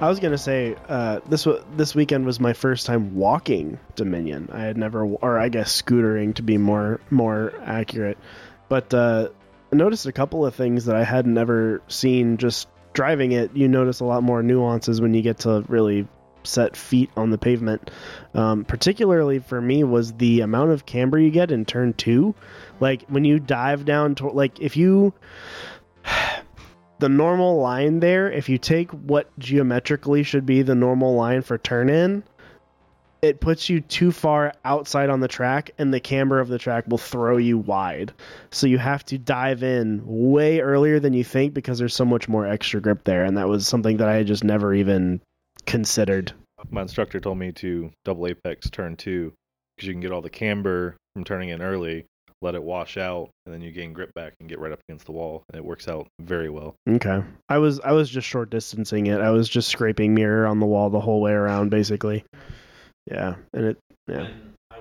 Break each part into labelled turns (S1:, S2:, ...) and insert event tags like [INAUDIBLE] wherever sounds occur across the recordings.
S1: I was gonna say uh, this wa this weekend was my first time walking Dominion. I had never, or I guess scootering to be more more accurate. But uh, I noticed a couple of things that I hadn't ever seen. Just driving it, you notice a lot more nuances when you get to really set feet on the pavement. Um, particularly for me was the amount of camber you get in turn two. Like when you dive down to like if you the normal line there, if you take what geometrically should be the normal line for turn in, it puts you too far outside on the track and the camber of the track will throw you wide. So you have to dive in way earlier than you think because there's so much more extra grip there. And that was something that I had just never even considered.
S2: My instructor told me to double apex turn two because you can get all the camber from turning in early, let it wash out, and then you gain grip back and get right up against the wall. And it works out very well.
S1: Okay. I was I was just short distancing it. I was just scraping mirror on the wall the whole way around basically. Yeah. And it yeah.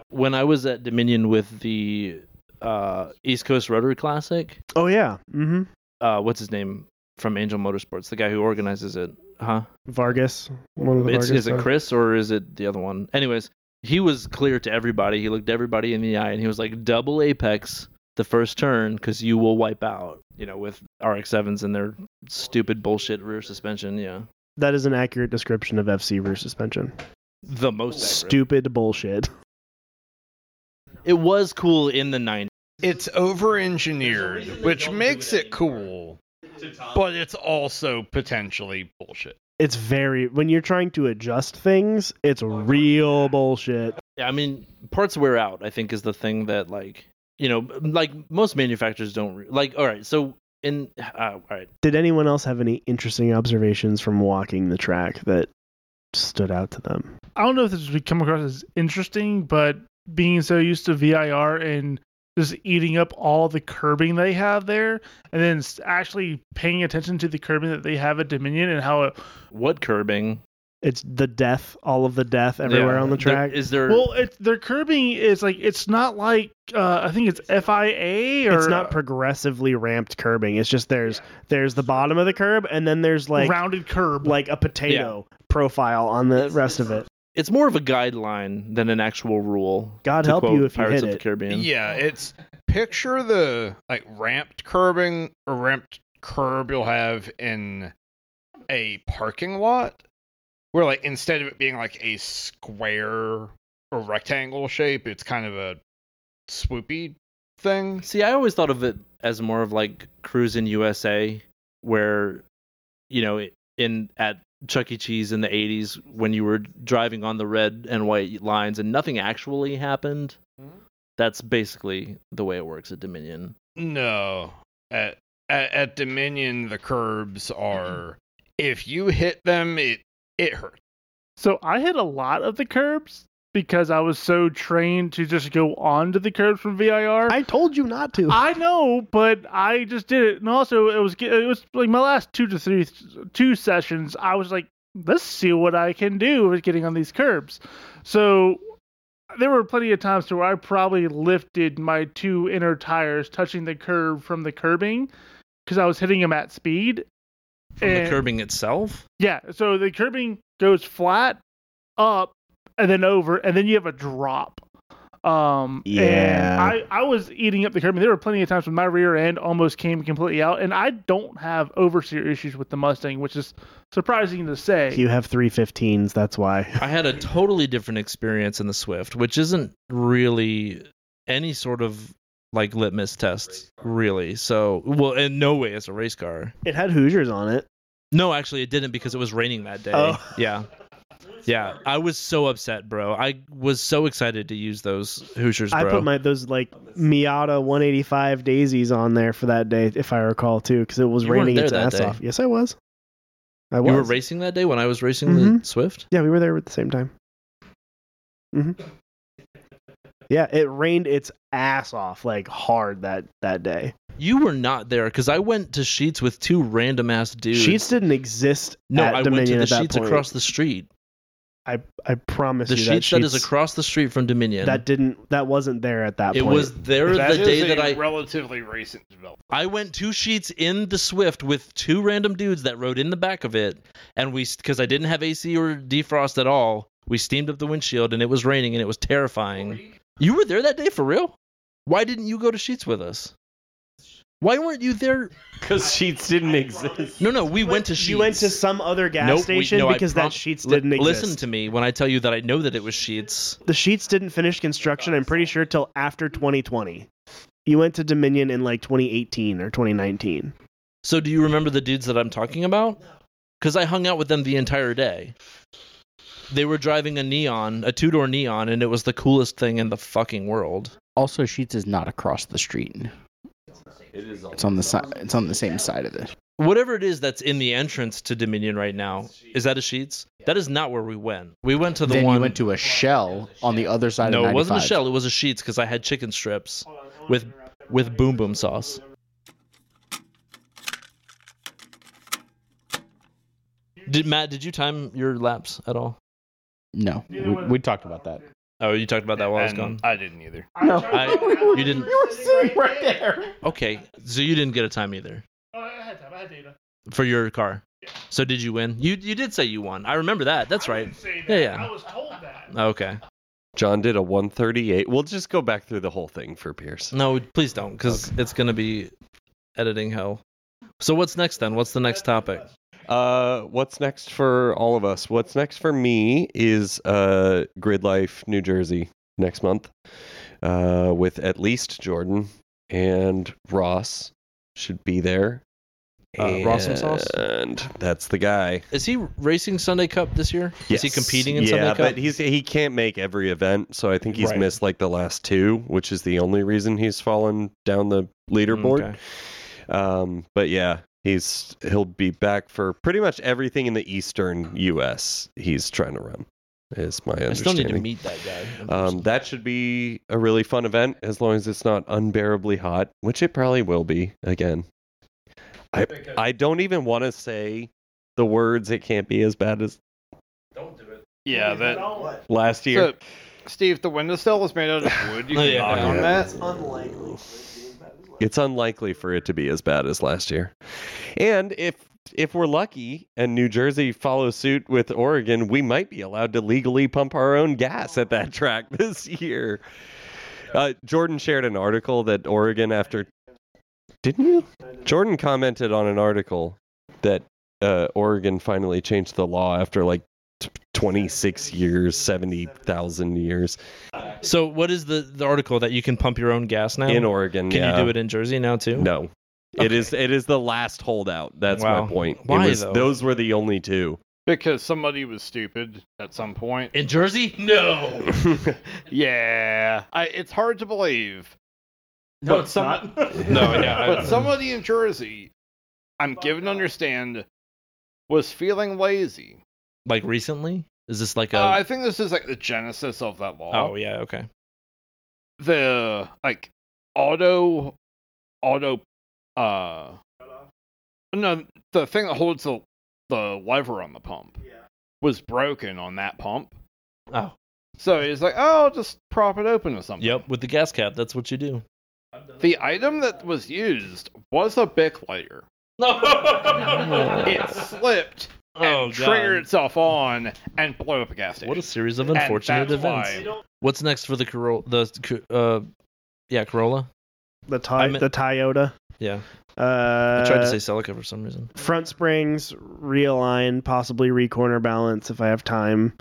S3: When I was at Dominion with the uh, East Coast Rotary Classic,
S1: Oh yeah. Mhm.
S3: uh, what's his name from Angel Motorsports, the guy who organizes it, huh?
S1: Vargas. One of the
S3: It's,
S1: Vargas
S3: is it
S1: brothers.
S3: Chris or is it the other one? Anyways, he was clear to everybody. He looked everybody in the eye and he was like, double apex the first turn because you will wipe out, you know, with RX7s and their stupid bullshit rear suspension. Yeah.
S1: That is an accurate description of FC rear suspension.
S3: The most stupid.
S1: Stupid bullshit. [LAUGHS]
S3: It was cool in the 90s.
S4: It's over engineered, which makes it cool, but it's also potentially bullshit.
S1: It's very when you're trying to adjust things, it's real bullshit.
S3: Yeah, I mean, parts wear out. I think is the thing that like you know, like most manufacturers don't re- like. All right, so in uh, all right,
S1: Did anyone else have any interesting observations from walking the track that stood out to them?
S5: I don't know if this would come across as interesting, but being so used to VIR and just eating up all the curbing they have there, and then s- actually paying attention to the curbing that they have at Dominion and how it,
S3: what curbing
S1: It's the death, all of the death everywhere
S3: Yeah.
S1: on the track.
S3: There, is there?
S5: well, it, their curbing is like it's not like uh, I think it's FIA or
S1: it's not progressively ramped curbing. It's just there's there's the bottom of the curb and then there's like
S5: rounded curb.
S1: like a potato profile on the rest of it.
S3: it's more of a guideline than an actual rule.
S1: God
S3: to
S1: help
S3: quote
S1: you if you
S3: Pirates
S1: hit
S3: of
S1: it.
S3: the Caribbean.
S4: Yeah, it's picture the like ramped curbing or ramped curb you'll have in a parking lot where like instead of it being like a square or rectangle shape, it's kind of a swoopy thing.
S3: See, I always thought of it as more of like cruising USA, where you know, in at Chuck E. Cheese in the '80s when you were driving on the red and white lines and nothing actually happened. That's basically the way it works at Dominion.
S4: No. At, at at Dominion the curbs
S3: Mm-hmm.
S4: are if you hit them it it hurts.
S5: So I hit a lot of the curbs because I was so trained to just go onto the curbs from VIR.
S1: I told you not to.
S5: I know, but I just did it, and also it was it was like my last two to three two sessions. I was like, let's see what I can do with getting on these curbs. So there were plenty of times to where I probably lifted my two inner tires, touching the curb from the curbing, because I was hitting them at speed.
S3: From
S5: And-
S3: the curbing itself,
S5: Yeah, so the curbing goes flat, up, and then over, and then you have a drop. Um,
S1: Yeah.
S5: And I, I was eating up the curbing. There were plenty of times when my rear end almost came completely out, and I don't have oversteer issues with the Mustang, which is surprising to say.
S1: you have 315s, that's why.
S3: I had a totally different experience in the Swift, which isn't really any sort of like litmus test, really. So, well, in no way it's a race car.
S1: It had Hoosiers on it.
S3: No, actually, it didn't because it was raining that day.
S1: Oh.
S3: [LAUGHS] Yeah. Yeah. I was so upset, bro. I was so excited to use those Hoosiers, bro.
S1: I put my those like Miata 185 daisies on there for that day, if I recall too, because it was
S3: You weren't
S1: raining
S3: there
S1: its
S3: that
S1: ass
S3: day.
S1: off. Yes, I was. I
S3: you
S1: was.
S3: were racing that day when I was racing the
S1: Mhm.
S3: Swift?
S1: yeah, we were there at the same time. hmm Yeah, it rained its ass off like hard that that day.
S3: You were not there because I went to Sheets with two random ass dudes.
S1: Sheets didn't exist
S3: No,
S1: at
S3: I
S1: Dominion
S3: went to
S1: at
S3: the
S1: that
S3: Sheets
S1: point.
S3: across the street.
S1: I I promise
S3: The
S1: you
S3: sheet
S1: that
S3: shed is
S1: sheet's-
S3: across the street from Dominion.
S1: that didn't that wasn't there at that
S3: it
S1: point.
S3: was there
S4: That
S3: the
S4: is
S3: day
S4: a
S3: that I
S4: relatively recent development.
S3: I went two sheets in the Swift with two random dudes that rode in the back of it, and we because I didn't have AC or defrost at all, we steamed up the windshield and it was raining and it was terrifying. You were there that day for real? Why didn't you go to sheets with us? Why weren't you there?
S6: Because
S3: [LAUGHS]
S6: sheets didn't exist.
S3: No, no, we went to sheets.
S1: she went to some other gas
S3: Nope, we-
S1: station
S3: no, I
S1: because
S3: prom-
S1: that sheets
S3: Li-
S1: didn't exist.
S3: Listen to me when I tell you that I know that it was sheets.
S1: the sheets didn't finish construction. I'm pretty sure till after 2020. You went to Dominion in like 2018 or 2019.
S3: So do you remember the dudes that I'm talking about? Because I hung out with them the entire day. They were driving a neon, a two door neon, and it was the coolest thing in the fucking world.
S7: Also, Sheets is not across the street.
S6: It is
S7: It's on the side. It's on the same side of this.
S3: Whatever it is that's in the entrance to Dominion right now, is that a Sheets? That is not where we went. We went to the
S7: then
S3: one.
S7: you went to a shell on the other side of
S3: no,
S7: 95.
S3: it wasn't a shell. It was a Sheets because I had chicken strips with with boom boom sauce. Did Matt? Did you time your laps at all?
S7: No, we, we talked about that.
S3: Oh, you talked about that while I was
S4: And
S3: gone.
S4: I didn't either.
S7: No,
S3: I- you didn't-
S7: You were sitting right there.
S3: Okay, so you didn't get a time either
S5: Oh, I had time. I had data.
S3: for your car. So did you win? You you did say you won. I remember that. That's
S5: I
S3: right.
S5: didn't say
S3: Yeah,
S5: that.
S3: yeah.
S5: I was told that.
S3: Okay.
S6: John did a 138. We'll just go back through the whole thing for Pierce.
S3: No, please don't, because it's gonna be editing hell. So what's next then? What's the next topic?
S6: Uh, what's next for all of us? What's next for me is uh, Grid Life New Jersey next month uh, with at least Jordan and Ross should be there.
S3: Uh, Ross and Sauce?
S6: And that's the guy.
S3: Is he racing Sunday Cup this year? Is he
S6: Yes.
S3: competing in
S6: yeah,
S3: Sunday Cup?
S6: but he's he can't make every event, so I think he's
S3: Right.
S6: missed like the last two, which is the only reason he's fallen down the leaderboard.
S3: Okay.
S6: Um, but yeah, he's he'll be back for pretty much everything in the eastern U.S. He's trying to run. Is my
S3: I
S6: understanding.
S3: still need to meet that guy. in
S6: Um,
S3: person.
S6: that should be a really fun event as long as it's not unbearably hot, which it probably will be again. I I don't even want to say the words. It can't be as bad as
S4: Yeah, that
S6: last year.
S4: so, Steve, the windowsill is made out of wood. You
S3: Oh,
S4: can
S3: yeah.
S4: knock
S3: Yeah.
S4: on that.
S1: unlikely.
S6: it's unlikely for it to be as bad as last year. And if if we're lucky and New Jersey follows suit with Oregon, we might be allowed to legally pump our own gas at that track this year. Uh, Jordan shared an article that Oregon after didn't you? Jordan commented on an article that uh, Oregon finally changed the law after like t- 26 years, 70,000 years
S3: so what is the, the article that you can pump your own gas now?
S6: in Oregon.
S3: can
S6: yeah.
S3: you do it in Jersey now too?
S6: No. It is it is the last holdout. That's
S3: Wow.
S6: my point. It
S3: Why,
S6: was-
S3: though?
S6: Those were the only two.
S4: Because somebody was stupid at some point.
S3: In Jersey?
S6: [LAUGHS]
S3: No.
S4: Yeah, I, it's hard to believe.
S7: No,
S4: but some,
S3: [LAUGHS] No, yeah, I-
S4: but somebody in Jersey, I'm given to understand, was feeling lazy.
S3: like recently? Is this like a?
S4: Uh, I think this is like the genesis of that law.
S3: oh yeah, okay.
S4: The like auto, auto, uh, no, the thing that holds the the lever on the pump was broken on that pump.
S3: Oh.
S4: So it's like, oh, I'll just prop it open or something.
S3: Yep, with the gas cap, that's what you [LAUGHS] do.
S4: The item that was used was a Bic lighter.
S3: No.
S1: [LAUGHS]
S4: It slipped
S3: oh
S4: and triggered itself on and blew up a gas station.
S3: What a series of
S4: And
S3: unfortunate
S4: that's
S3: events.
S4: why-
S3: What's next for the Corolla? The uh, yeah, Corolla.
S1: The
S3: I
S1: Ti-
S3: meant-
S1: the Toyota.
S3: Yeah,
S1: Uh,
S3: I tried to say Celica for some reason.
S1: front springs, realign, possibly re-corner balance if I have time.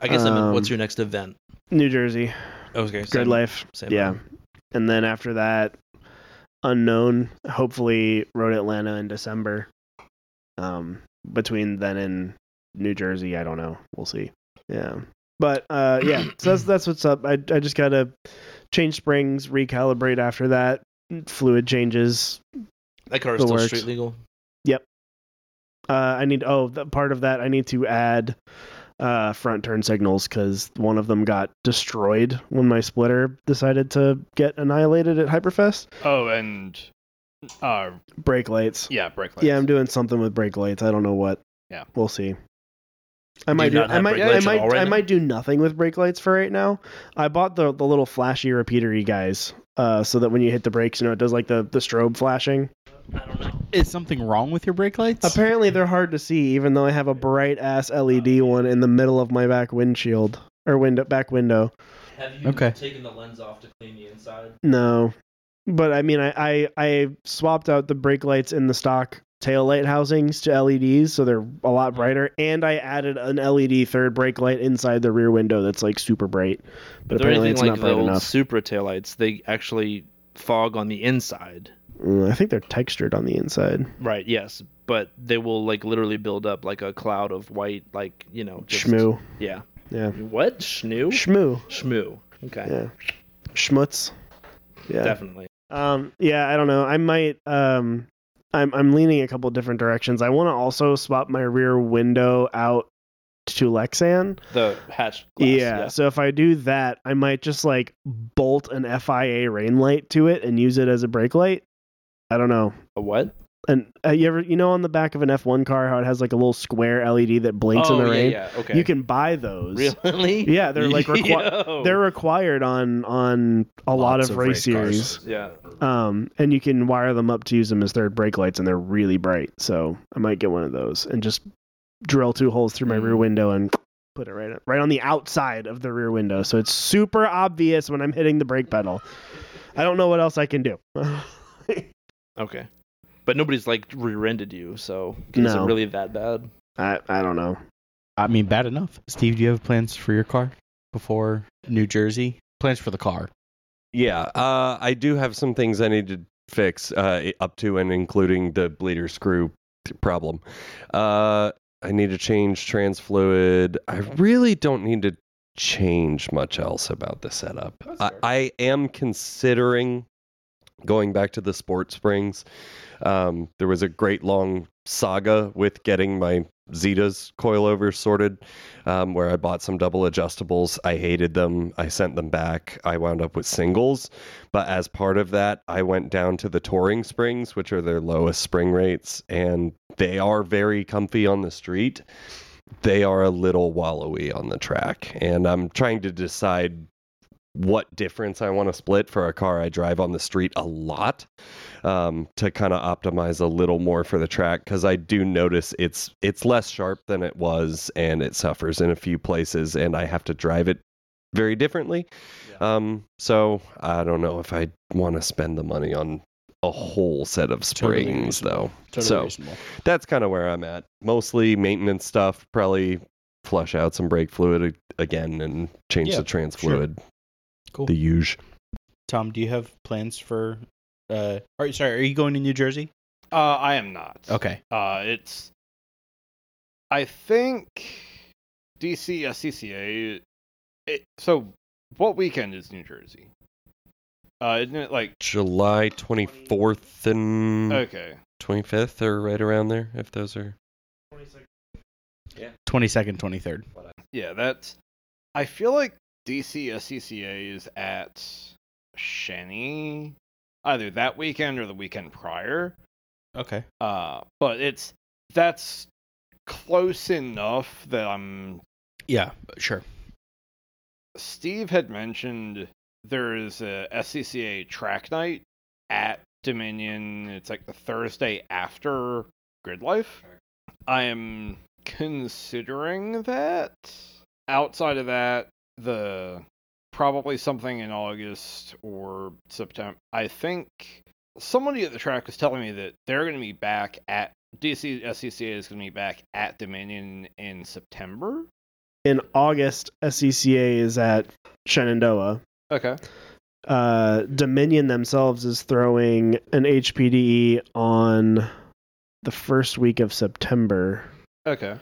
S3: I guess I meant what's
S1: um,
S3: your next event?
S1: New Jersey,
S3: Okay,
S1: Grid
S3: same-
S1: Life.
S3: same
S1: Yeah.
S3: event.
S1: And then after that, unknown. Hopefully, Road Atlanta in December. Um, between then and New Jersey, I don't know. We'll see. Yeah. But uh, yeah, so that's that's what's up. I I just gotta change springs, recalibrate after that. Fluid changes.
S3: That car is
S1: The
S3: still
S1: works.
S3: street legal.
S1: Uh, I need. Oh, the, part of that I need to add uh, front turn signals because one of them got destroyed when my splitter decided to get annihilated at Hyperfest.
S4: Oh, and uh,
S1: Brake lights.
S4: yeah, brake lights.
S1: Yeah, I'm doing something with brake lights. I don't know what.
S4: Yeah.
S1: We'll see. I might
S3: you
S1: do,
S3: not
S1: I
S3: have
S1: might
S3: brake
S1: I
S3: lights at
S1: might
S3: all right
S1: I
S3: now?
S1: might do nothing with brake lights for right now. I bought the the little flashy repeatery guys uh so that when you hit the brakes, you know, it does like the the strobe
S3: [LAUGHS]
S1: flashing.
S8: Is something wrong with your brake lights?
S1: Apparently they're hard to see even though I have a bright ass
S3: Uh.
S1: LED one in the middle of my back windshield or window back window.
S3: Have
S8: you Okay.
S3: taken the lens off to clean the inside?
S1: No. But I mean I I, I swapped out the brake lights in the stock tail light housings to LEDs so they're a
S3: Mm-hmm.
S1: lot brighter and I added an LED third brake light inside the rear window that's like super bright. But
S3: But they're
S1: apparently
S3: anything
S1: it's
S3: like
S1: not
S3: the
S1: bright
S3: old
S1: enough.
S3: Supra taillights. They actually fog on the inside.
S1: Mm, I think they're textured on the inside.
S3: Right, yes. But they will like literally build up like a cloud of white, like, you know, just
S1: Schmoo.
S3: Yeah.
S1: Yeah.
S3: What? Schmoo?
S1: Schmoo.
S3: Schmoo. Okay.
S1: Yeah. Schmutz. Yeah.
S3: Definitely.
S1: Um, yeah, I don't know. I might. Um, I'm I'm leaning a couple different directions. I want to also swap my rear window out to Lexan.
S3: The hatch glass.
S1: yeah. So if I do that, I might just like bolt an FIA rain light to it and use it as a brake light. I don't know.
S3: A what?
S1: And uh, you ever you know on the back of an F1 car how it has like a little square LED that blinks in the
S3: Oh, yeah,
S1: rain?
S3: yeah. Okay. [LAUGHS]
S1: You can buy those.
S3: Really?
S1: Yeah, they're
S3: [LAUGHS]
S1: like requi-
S3: Yo.
S1: They're required on on a lot
S7: Lots
S1: of
S7: of
S1: race
S7: race cars.
S1: series.
S3: Yeah.
S1: Um, and you can wire them up to use them as third brake lights, and they're really bright. So I might get one of those and just drill two holes through my
S3: Mm.
S1: rear window and put it right right on the outside of the rear window, so it's super obvious when I'm hitting the brake pedal. I don't know what else I can do. [LAUGHS]
S3: Okay. But nobody's like rear-ended you, so is it
S1: No.
S3: really that bad?
S1: I I don't know.
S8: I mean, bad enough. Steve, do you have plans for your car before New Jersey? Plans for the car.
S6: Yeah, uh, I do have some things I need to fix, uh, i- up to and including the bleeder screw t- problem. Uh, I need to change trans fluid. I really don't need to change much else about the setup. I, I am considering going back to the sport springs. Um, there was a great long saga with getting my Zetas coilovers sorted um, where I bought some double adjustables. I hated them. I sent them back. I wound up with singles. But as part of that, I went down to the touring springs, which are their lowest spring rates, and they are very comfy on the street. They are a little wallowy on the track. And I'm trying to decide what difference I want to split for a car I drive on the street a lot um, to kind of optimize a little more for the track because I do notice it's it's less sharp than it was and it suffers in a few places and I have to drive it very differently. Um, so I don't know if I want to spend the money on a whole set of
S7: Totally
S6: springs though.
S7: Totally
S6: So-
S7: reasonable.
S6: That's kind of where I'm at. Mostly maintenance stuff. Probably flush out some brake fluid a- again and change
S8: Yeah,
S6: the trans
S8: sure.
S6: fluid.
S8: Cool.
S6: The huge.
S8: Tom, do you have plans for? Uh, are you sorry? Are you going to New Jersey?
S4: Uh, I am not.
S8: Okay.
S4: Uh, it's. I think uh, DC SCCA. It, so, what weekend is New Jersey? Uh, isn't it like
S6: July 24th and
S3: Oh.
S4: okay?
S6: 25th or right around there if those are
S8: Twenty second, twenty third.
S4: Yeah, that's. I feel like uh, DC SCCA is at Shenny, either that weekend or the weekend prior.
S8: Okay.
S4: Uh, but it's that's close enough that I'm
S8: Yeah. Sure.
S4: Steve had mentioned there is a SCCA track night at Dominion. It's like the Thursday after Grid Life. I am considering that. Outside of that, the probably something in August or September. I think somebody at the track was telling me that they're going to be back at DC SCCA is going to be back at Dominion in September.
S1: In August, SCCA is at Shenandoah.
S4: Okay.
S1: Uh, Dominion themselves is throwing an HPDE E on the first week of September.
S4: Okay.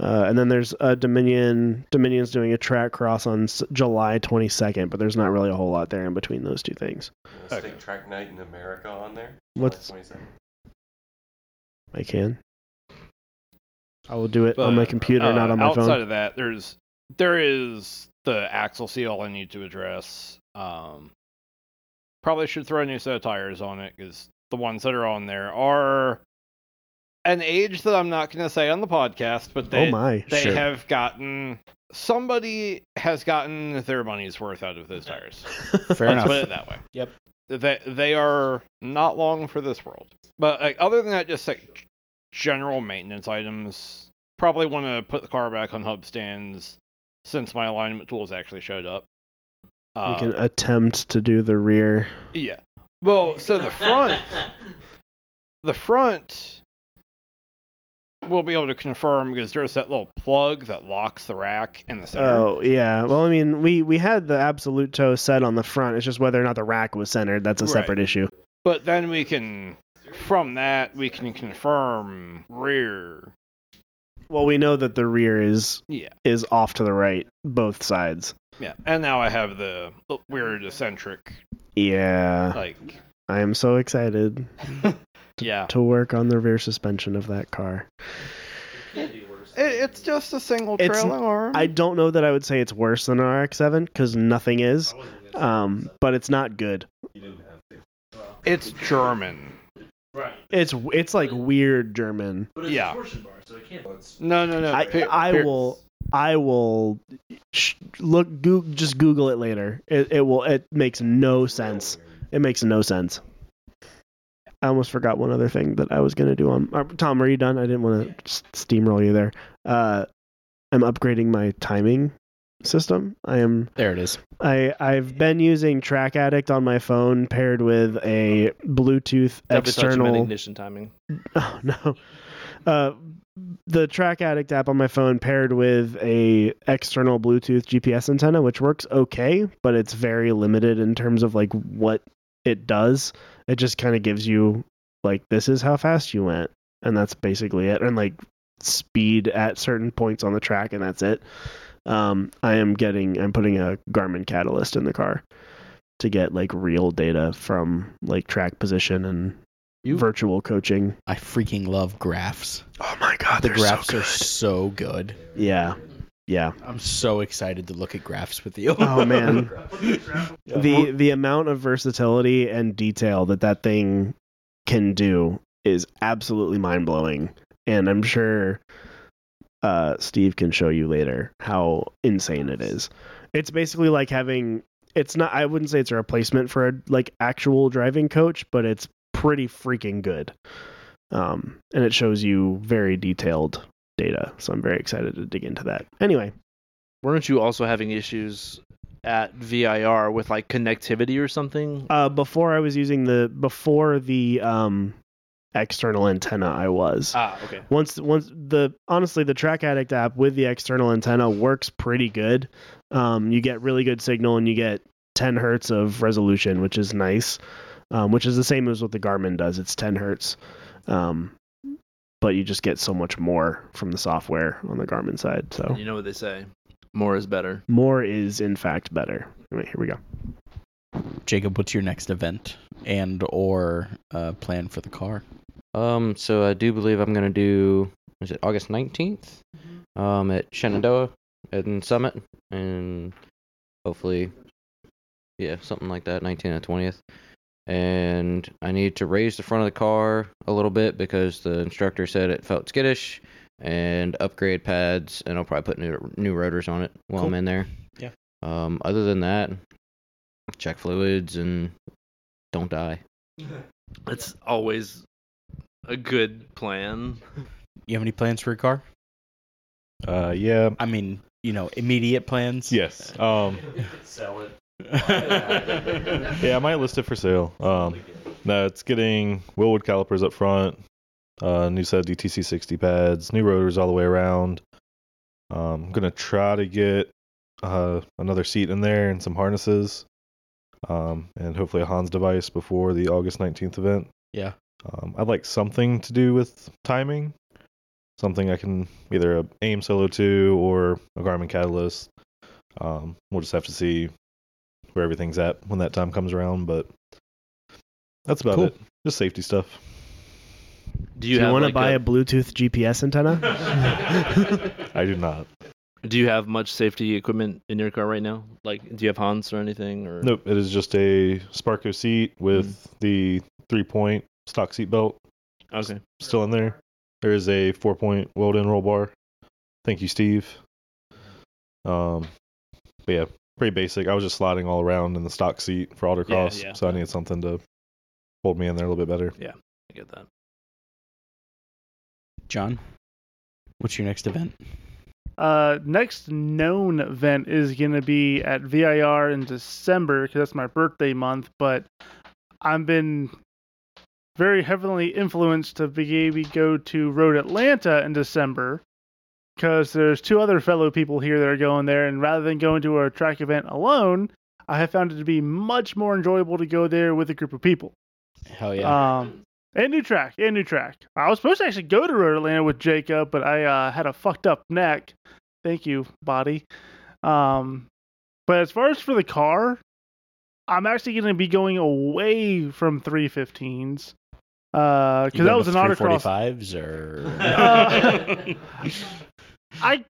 S1: Uh, and then there's uh, Dominion. Dominion's doing a track cross on s- July 22nd, but there's not really a whole lot there in between those two things.
S4: Okay.
S6: track night in america on there
S1: What's I can? I will do it on my
S4: But,
S1: computer, not
S4: uh,
S1: on my
S4: outside
S1: phone.
S4: of that, there's there is the axle seal I need to address. Um, probably should throw a new set of tires on it because the ones that are on there are an age that I'm not going to say on the podcast, but
S1: oh
S4: they
S1: my!
S4: they
S1: Sure.
S4: have gotten somebody has gotten their money's worth out of those tires.
S7: Fair
S4: Let's put
S7: enough.
S4: it that way.
S7: Yep.
S4: They they are not long for this world. But like, other than that, just like general maintenance items. Probably want to put the car back on hub stands since my alignment tools actually showed up.
S1: we
S4: Uh,
S1: can attempt to do the rear.
S4: Yeah. Well, so
S1: [LAUGHS]
S4: the front, the front, we'll be able to confirm because there's that little plug that locks the rack in the center.
S1: Oh yeah. Well, I mean, we we had the absolute toe set on the front. It's just whether or not the rack was centered. That's a
S4: Right.
S1: separate issue.
S4: But then we can, from that, we can confirm rear.
S1: Well, we know that the rear is
S4: Yeah.
S1: is off to the right, both sides.
S4: Yeah. And now I have the weird eccentric,
S1: Yeah,
S4: like,
S1: I am so excited
S4: yeah.
S1: to work on the rear suspension of that car.
S4: It, it's just a single
S1: It's n-
S4: trailing arm.
S1: I don't know that I would say it's worse than an RX-7 because nothing is, um, but it's not good.
S4: It's German.
S1: It's it's like weird German.
S4: yeah. No, no, no.
S1: I
S4: Pe-
S1: I
S4: pe-
S1: will I will sh- look goo just Google it later. It it will it makes no sense. It makes no sense. I almost forgot one other thing that I was gonna do on uh, Tom. Are you done? I didn't want to steamroll you there. Uh, I'm upgrading my timing system. I am
S7: There it is.
S1: I I've been using Track Addict on my phone paired with a Bluetooth
S3: Definitely thought you meant
S1: external.
S3: ignition timing.
S1: [LAUGHS] Oh no, uh, the Track Addict app on my phone paired with a external Bluetooth GPS antenna, which works okay, but it's very limited in terms of like what it does. It just kind of gives you like this is how fast you went, and that's basically it, and like speed at certain points on the track, and that's it. Um, I am getting I'm putting a Garmin Catalyst in the car to get like real data from like track position and
S7: You-
S1: virtual coaching.
S7: I freaking love graphs.
S1: Oh my god,
S7: The graphs are so good.
S1: Yeah, yeah.
S7: I'm so excited to look at graphs with you.
S1: Oh man, the the amount of versatility and detail that that thing can do is absolutely mind blowing, and I'm sure uh, Steve can show you later how insane it is. It's basically like having. It's not. I wouldn't say it's a replacement for a like actual driving coach, but it's pretty freaking good. Um, and it shows you very detailed data, so I'm very excited to dig into that. Anyway,
S3: Weren't you also having issues at VIR with like connectivity or something?
S1: Uh, before I was using the before the um external antenna, I was
S3: Ah, okay.
S1: once once the honestly the Track Addict app with the external antenna works pretty good. Um, you get really good signal and you get 10 hertz of resolution, which is nice. Um, which is the same as what the Garmin does. It's 10 hertz, um, but you just get so much more from the software on the Garmin side. So
S3: You know what they say. More is better.
S1: more is in fact better. Anyway, here we go.
S7: [LAUGHS] Jacob, what's your next event and or uh, plan for the car?
S9: Um, so I do believe I'm gonna do is it August nineteenth? Um, at Shenandoah and Summit, and hopefully, yeah, something like that, nineteen and twentieth. And I need to raise the front of the car a little bit because the instructor said it felt skittish, and upgrade pads, and I'll probably put new new rotors on it while I'm
S7: Cool.
S9: in there.
S7: Yeah.
S9: Um, other than that, check fluids and
S3: [LAUGHS]
S9: don't die.
S3: It's always a good plan.
S7: You have any plans for your car?
S2: Uh, yeah.
S7: I mean, you know, immediate plans.
S2: Yes. Um, [LAUGHS] yeah, I might list it for sale. Um, no, it's getting Willwood calipers up front, uh, new set of DTC 60 pads, new rotors all the way around. Um, I'm gonna try to get uh, another seat in there and some harnesses, um, and hopefully a Hans device before the August 19th event.
S7: Yeah.
S2: Um, I'd like something to do with timing, something I can either a AIM Solo 2 or a Garmin Catalyst. Um, we'll just have to see where everything's at when that time comes around. But that's about
S7: Cool.
S2: it. Just safety stuff.
S3: Do
S1: Do
S3: you,
S1: you,
S3: have,
S1: want to
S3: like,
S1: buy
S3: a-
S1: a Bluetooth GPS antenna?
S2: I do not.
S3: Do you have much safety equipment in your car right now? Like, do you have Hans or anything? Or
S2: Nope. It is just a Sparko
S3: Hmm.
S2: seat with the three point stock seat belt
S3: Okay.
S2: still in there. There is a four point weld in roll bar. Thank you, Steve. Um, but yeah, pretty basic. I was just sliding all around in the stock seat for autocross, cross,
S3: yeah.
S2: so I needed something to hold me in there a little bit better.
S3: I get that.
S7: John, what's your next event?
S5: Uh, next known event is going to be at VIR in December because that's my birthday month. But I've been very heavily influenced to maybe go to Road Atlanta in December because there's two other fellow people here that are going there. And rather than going to a track event alone, I have found it to be much more enjoyable to go there with a group of people.
S7: Hell
S5: Um, and new track, and new track. I was supposed to actually go to Road Atlanta with Jacob, but I uh, had a fucked up neck. Thank you, body. Um, but as far as for the car, I'm actually going to be going away from 315s. Uh, because that was an autocross.
S7: Fives or
S5: Uh, I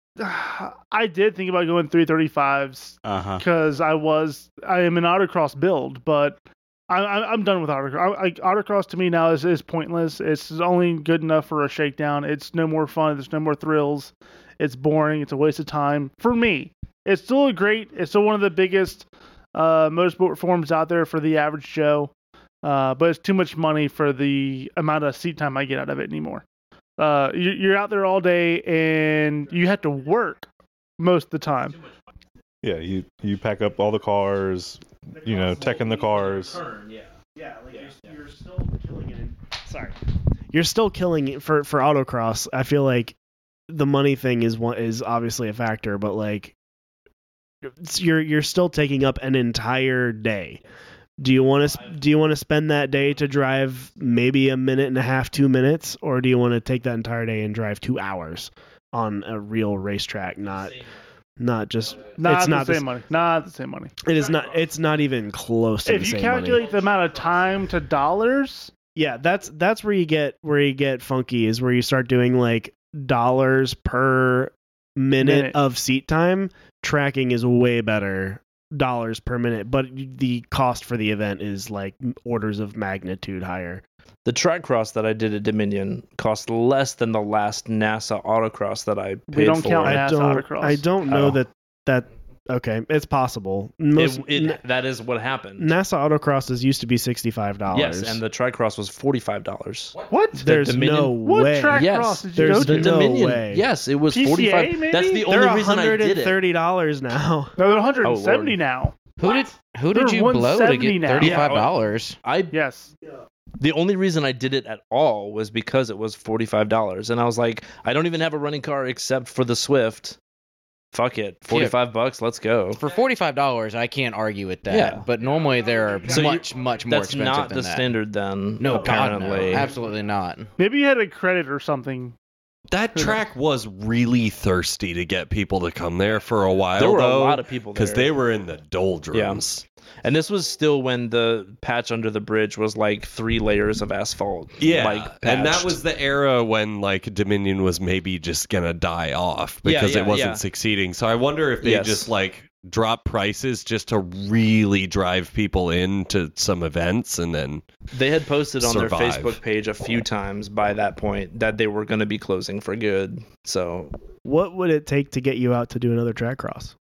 S5: [LAUGHS] I [SIGHS] did think about going 335s
S7: uh
S9: Uh-huh.
S7: huh.
S5: because I was I am an autocross build, but I, I, I'm done with autocross. I, I, autocross to me now is, is pointless. It's only good enough for a shakedown. It's no more fun. There's no more thrills. It's boring. It's a waste of time for me. It's still a great. It's still one of the biggest uh, motorsport forms out there for the average Joe. Uh, but it's too much money for the amount of seat time I get out of it anymore. Uh, you, you're out there all day and you have to work most of the time.
S2: Yeah, you you pack up all the cars, you know, teching the cars.
S1: Yeah, like You're, you're still killing it. In, sorry, you're still killing it for for autocross. I feel like the money thing is one is obviously a factor, but like it's- you're you're still taking up an entire day. Do you want to do you want to spend that day to drive maybe a minute and a half, two minutes, or do you want to take that entire day and drive two hours on a real racetrack? Not not just
S5: Not
S1: It's
S5: the
S1: not the
S5: same
S1: s-
S5: money. Not the same money.
S1: it is not it's not even close to the
S5: If you
S1: same money.
S5: calculate the amount of time to dollars,
S1: yeah that's that's where you get where you get funky is where you start doing like dollars per minute,
S5: Minute.
S1: of seat time tracking is way better dollars per minute but the cost for the event is like orders of magnitude higher
S3: The Tricross that I did at Dominion cost less than the last NASA autocross that I paid
S5: We don't
S3: for.
S5: count
S1: i
S5: that's
S1: don't
S5: autocross.
S1: i don't know
S3: Oh.
S1: that that okay it's possible Most,
S3: It, it, that is what happened.
S1: N- nasa autocrosses used to be $65
S3: Yes, and the Tricross was forty-five dollars.
S5: what?
S1: there's
S3: Dominion-
S1: no
S5: What
S1: way
S5: track
S3: Yes,
S5: cross did you
S1: there's
S5: go
S1: the
S5: to?
S1: no
S3: Dominion.
S1: way.
S3: Yes, it was
S5: PCA
S3: forty-five. That's
S5: maybe?
S3: the
S1: they're
S3: only reason I did it.
S1: $130 now
S5: No, they're 170
S3: Oh, Lord.
S5: now.
S9: Who did who did
S5: They're
S9: you blow to
S5: 170
S9: get
S5: now.
S9: thirty
S5: Yeah.
S9: five dollars?
S3: I
S5: Yes.
S3: the only reason I did it at all was because it was forty-five dollars, and I was like, I don't even have a running car except for the Swift. Fuck it, forty-five bucks. Let's go.
S9: For forty five dollars, I can't argue with that.
S3: Yeah.
S9: But normally there are
S3: So you-
S9: much, much more
S3: That's
S9: expensive
S3: not
S9: than
S3: the
S9: that.
S3: standard then.
S9: No, God, no.
S3: apparently.
S9: Absolutely not.
S5: Maybe you had a credit or something.
S3: [LAUGHS]
S6: That
S5: Who knows?
S6: track was really thirsty to get people to come there for a while.
S3: There were a lot of people there.
S6: because they were in the doldrums.
S3: And this was still when the patch under the bridge was like three layers of asphalt.
S6: Yeah,
S3: like
S6: and that
S3: patched.
S6: was the era when like Dominion was maybe just gonna die off
S3: Yeah,
S6: because
S3: yeah,
S6: it wasn't
S3: yeah.
S6: succeeding. So I wonder if they
S3: Yes.
S6: just like drop prices just to really drive people into some events, and then
S3: they had posted on their
S6: Survive.
S3: Facebook page a few times by that point that they were going to be closing for good. So
S1: What would it take to get you out to do another track cross?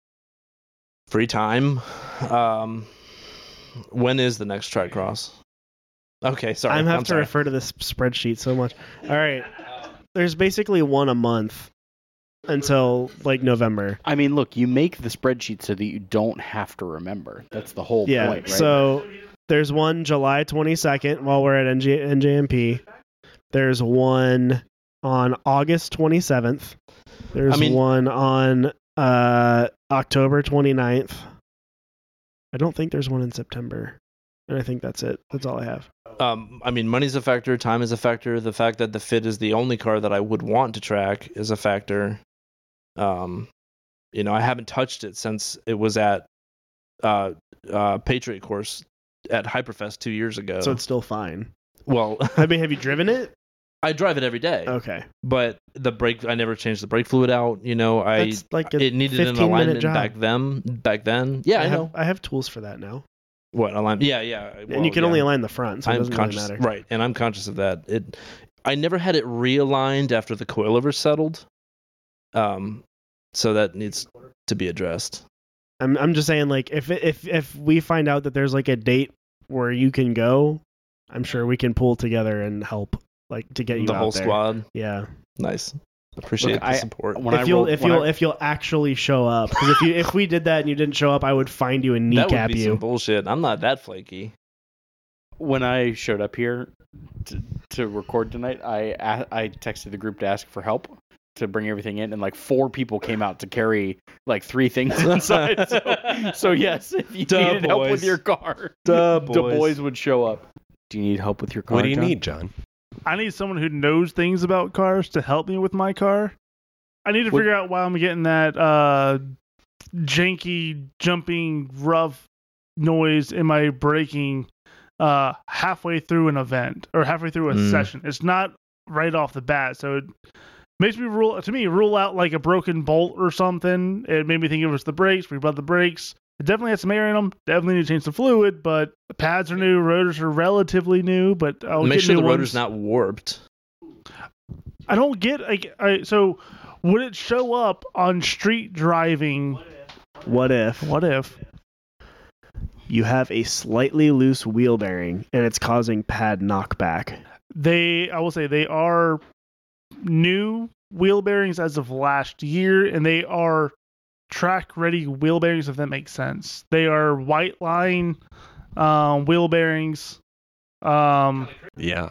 S3: free time. Um, when is the next tri cross? Okay, sorry.
S1: I'm have
S3: I'm
S1: to
S3: sorry.
S1: refer to this spreadsheet so much. All right, there's basically one a month until like November.
S7: I mean, look, you make the spreadsheet so that you don't have to remember. That's the whole
S1: Yeah,
S7: point, right?
S1: so there's one July 22nd while we're at NG- NJMP. There's one on August 27th. There's
S3: I mean-
S1: one on uh, October 29th. I don't think there's one in September, and I think that's it. That's all I have.
S3: Um, I mean, money's a factor, time is a factor. The fact that the Fit is the only car that I would want to track is a factor. Um, you know, I haven't touched it since it was at uh, uh, Patriot Course at Hyperfest two years ago.
S1: So it's still fine.
S3: well, [LAUGHS]
S1: I mean, have you driven it?
S3: I drive it every day,
S1: Okay.
S3: but the brake I never changed the brake fluid out. You know, I
S1: That's like a
S3: it needed an
S1: 15 minute
S3: alignment
S1: job.
S3: back then. Back then, yeah, I,
S1: have,
S3: know
S1: I have tools for that now.
S3: what alignment. Yeah, yeah,
S1: and you can only align the front, so it
S3: I'm
S1: doesn't
S3: conscious,
S1: really matter.
S3: right? And I'm conscious of that. It, I never had it realigned after the coilover settled. Um, so that needs to be addressed.
S1: I'm I'm just saying like if if if we find out that there's like a date where you can go, I'm sure we can pull together and help like to get you
S3: the
S1: out
S3: whole
S1: there.
S3: squad.
S1: Yeah.
S3: Nice. Appreciate
S7: Look,
S3: the
S7: I-
S3: support.
S7: When I
S1: if you'll
S7: roll-
S1: if
S7: when
S1: you'll
S7: I-
S1: if you'll actually show up 'Cause if you if we did that and you didn't show up, I would find you and
S3: that would
S1: kneecap
S3: be
S1: you.
S3: some bullshit. I'm not that
S1: [LAUGHS]
S3: flaky.
S7: when I showed up here to, to record tonight, I a- I texted the group to ask for help to bring everything in, and like four people came out to carry like three things [LAUGHS]
S3: [LAUGHS]
S7: inside. so, so yes, if you
S2: Duh,
S7: needed help with
S2: boys.
S7: your car, [LAUGHS]
S1: [LAUGHS]
S2: Duh,
S7: the boys would show up. Do you need help with your car?
S6: What do you
S7: John?
S6: need, John?
S5: I need someone who knows things about cars to help me with my car. I need to
S7: What-
S5: figure out why I'm getting that uh, janky, jumping, rough noise in my braking uh, halfway through an event or halfway through a
S3: Mm.
S5: session. It's not right off the bat, so it makes me rule to me rule out like a broken bolt or something. It made me think it was the brakes. We bought the brakes. It definitely had some air in them. Definitely need to change the fluid, but the pads are new. Rotors are relatively new, but I'll
S3: Make
S5: get
S3: sure
S5: new
S3: the rotor's
S5: ones.
S3: not warped.
S5: I don't get like I, so. Would it show up on street driving?
S1: What if
S5: What if?
S1: you have a slightly loose wheel bearing and it's causing pad knockback?
S5: they i will say they are new wheel bearings as of last year and they are track ready wheel bearings if that makes sense they are white line um, wheel bearings um
S6: Yeah.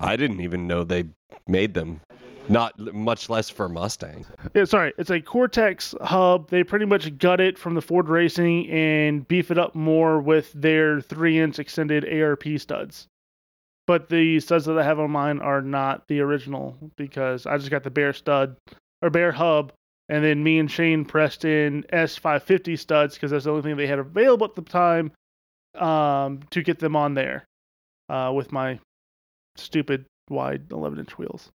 S6: I didn't even know they made them. Not l- much less for Mustang.
S5: yeah, sorry it's a cortex hub they pretty much gut it from the ford racing and beef it up more with their three inch extended arp studs but the studs that i have on mine are not the original because i just got the bare stud or bare hub and then me and shane pressed in s550 studs because that's the only thing they had available at the time um, to get them on there uh, with my stupid wide 11 inch wheels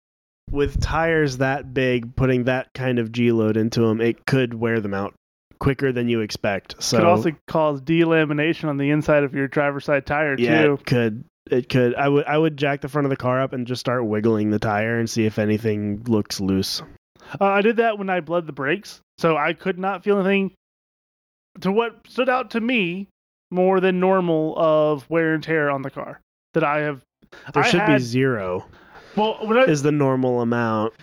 S1: With tires that big, putting that kind of G load into them, it could wear them out quicker than you expect. So
S5: could also cause delamination on the inside of your driver's side tire
S1: yeah,
S5: too.
S1: it could it could I would I would jack the front of the car up and just start wiggling the tire and see if anything looks loose.
S5: Uh, I did that when I bled the brakes, so I could not feel anything. To what stood out to me more than normal of wear and tear on the car that I have.
S1: There
S5: I
S1: should be
S5: had-
S1: zero
S5: Well, when I,
S1: is the normal amount.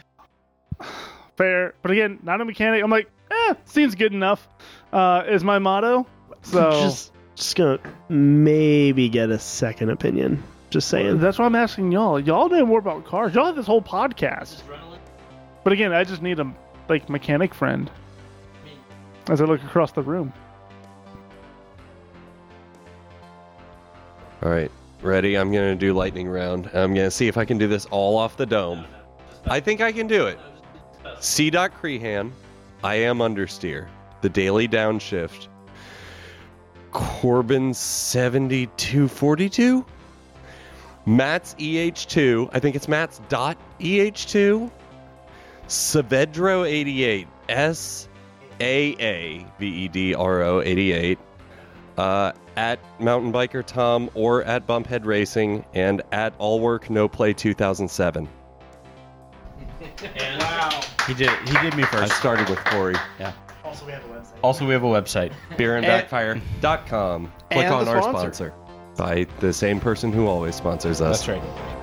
S5: fair, but again, not a mechanic. I'm like, eh, seems good enough. Uh, is my motto. So
S1: [LAUGHS] just just gonna maybe get a second opinion. Just saying.
S5: that's why I'm asking y'all. Y'all know more about cars. Y'all have this whole podcast. But again, I just need a like mechanic friend. As I look across the room.
S6: All right. Ready? I'm going to do lightning round. I'm going to see if I can do this all off the dome. I think I can do it. C. Dot Crehan, I am understeer. The daily downshift. Corbin 7242. Matt's EH2. I think it's Matt's dot E EH2. Savedro 88. S A A V E D R O 88 uh, at Mountain Biker Tom or at Bumphead Racing and at All Work No Play 2007.
S8: He did. He did me
S6: I
S8: first.
S6: started with Corey.
S8: Also, we have a website.
S6: Beer and Backfire.com. Click
S9: and
S6: on
S9: the
S6: our
S9: sponsor.
S6: sponsor. By the same person who always sponsors us.
S8: That's right.